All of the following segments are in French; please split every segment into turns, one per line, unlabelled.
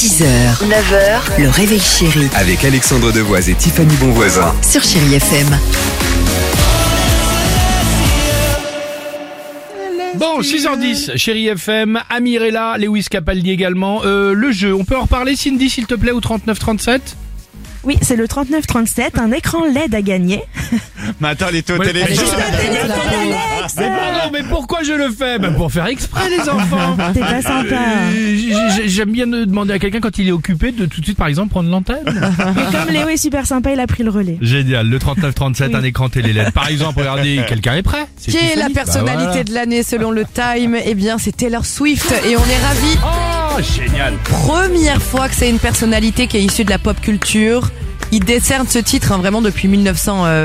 6h, 9h, le réveil chéri
Avec Alexandre Devoise et Tiffany Bonvoisin.
sur Chérie FM.
Bon, 6h10, chérie FM, Amirella, Lewis Capaldi également. Euh, le jeu, on peut en reparler, Cindy, s'il te plaît, au 3937
Oui, c'est le 3937, un écran LED à gagner.
Mais attends, elle était au
Ouais,
téléphone.
Alexandre. Mais pardon, mais pourquoi je le fais Bah, Pour faire exprès, les enfants
T'es pas sympa.
Euh, j- j- J'aime bien de demander à quelqu'un quand il est occupé de tout de suite, par exemple, prendre l'antenne.
Mais comme Léo est super sympa, il a pris le relais.
Génial, le 3937, un écran télé LED. Par exemple, regardez, quelqu'un est prêt. C'est
Qui est la
Tiffany.
personnalité
Bah, voilà.
de l'année selon le Time Eh bien, c'est Taylor Swift et on est ravis.
Oh, génial
Première fois que c'est une personnalité qui est issue de la pop culture. Il décerne ce titre hein, vraiment depuis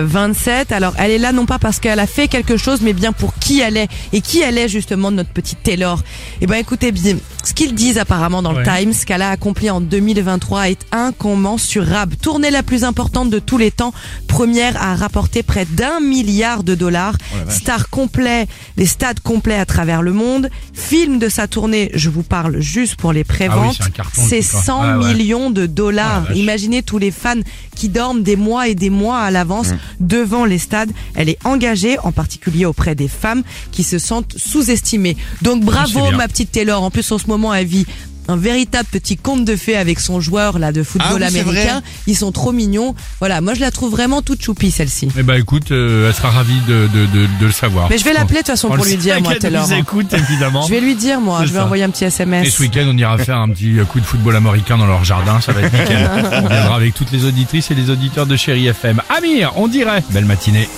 1927. Alors, elle est là non pas parce qu'elle a fait quelque chose, mais bien pour qui elle est et qui elle est justement notre petite Taylor. Eh ben, écoutez bien, ce qu'ils disent apparemment dans le
Ouais.
Times, ce qu'elle a accompli en 2023 est incommensurable. Tournée la plus importante de tous les temps, première à rapporter près d'un milliard de dollars.
Oh
Star complet, des stades complets à travers le monde. Film de sa tournée, je vous parle juste pour les
Ah oui,
préventes.
c'est un carton,
c'est
tout ça.
100
Ouais, ouais.
millions de dollars.
Oh la vache.
Imaginez tous les fans qui dorment des mois et des mois à l'avance
Hum.
devant les stades. Elle est engagée, en particulier auprès des femmes qui se sentent sous-estimées. Donc
c'est
bravo
bien.
ma petite Taylor. En plus en ce moment elle vit un véritable petit conte de fées avec son joueur là de football
Ah oui, c'est
américain.
vrai.
Ils sont trop mignons. Voilà, moi je la trouve vraiment toute choupie celle-ci.
Eh bah écoute, euh, elle sera ravie de, de, de, de le savoir.
Mais je vais l'appeler de toute façon
On
pour
le
lui
sait
dire moi
qu'elle
Taylor.
nous écoute, évidemment.
hein. Je vais lui dire moi,
hein. C'est
je vais
ça.
envoyer un petit
Et
SMS.
ce week-end, on ira faire un petit euh, coup de football américain dans leur jardin, ça va être nickel. On viendra avec toutes les auditrices et les auditeurs de Chéri FM. Amir, on dirait. Belle matinée.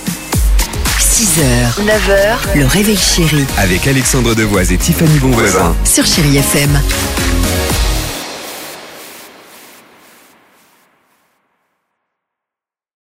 6h, 9h, le réveil chéri
Avec Alexandre Devoise et Tiffany Bonvoisin.
sur Chérie FM.